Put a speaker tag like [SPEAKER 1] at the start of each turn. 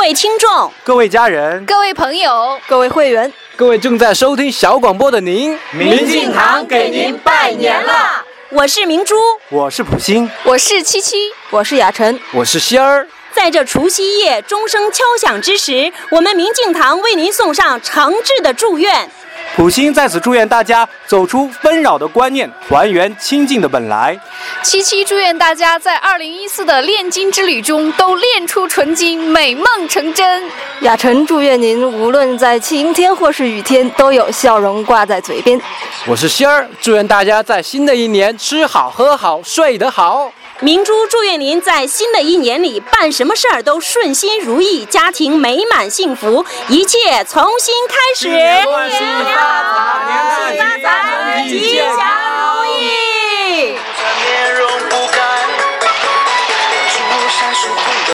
[SPEAKER 1] 位听众、
[SPEAKER 2] 各位家人、
[SPEAKER 3] 各位朋友、
[SPEAKER 4] 各位会员、
[SPEAKER 5] 各位正在收听小广播的您，
[SPEAKER 6] 明镜堂给您拜年啦！
[SPEAKER 1] 我是明珠，
[SPEAKER 2] 我是普星，
[SPEAKER 3] 我是七七，
[SPEAKER 4] 我是雅晨，
[SPEAKER 5] 我是仙儿。
[SPEAKER 1] 在这除夕夜钟声敲响之时，我们明镜堂为您送上诚挚的祝愿。
[SPEAKER 2] 普星在此祝愿大家走出纷扰的观念，还原清净的本来。
[SPEAKER 3] 七七祝愿大家在二零一四的炼金之旅中都炼出纯金，美梦成真。
[SPEAKER 4] 雅晨祝愿您无论在晴天或是雨天，都有笑容挂在嘴边。
[SPEAKER 5] 我是仙儿，祝愿大家在新的一年吃好喝好睡得好。
[SPEAKER 1] 明珠祝愿您在新的一年里办什么事儿都顺心如意，家庭美满幸福，一切从新开始。
[SPEAKER 6] 新年万事发财，年大吉，
[SPEAKER 1] 吉祥。